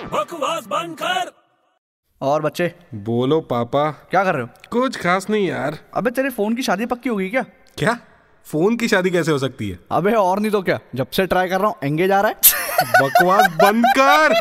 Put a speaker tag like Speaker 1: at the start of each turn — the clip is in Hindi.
Speaker 1: आवाज बंद कर
Speaker 2: और बच्चे
Speaker 3: बोलो पापा
Speaker 2: क्या कर रहे हो
Speaker 3: कुछ खास नहीं यार
Speaker 2: अबे तेरे फोन की शादी पक्की हो गई क्या
Speaker 3: क्या फोन की शादी कैसे हो सकती है
Speaker 2: अबे और नहीं तो क्या जब से ट्राई कर रहा हूँ एंगेज आ रहा है
Speaker 3: बकवास बंद कर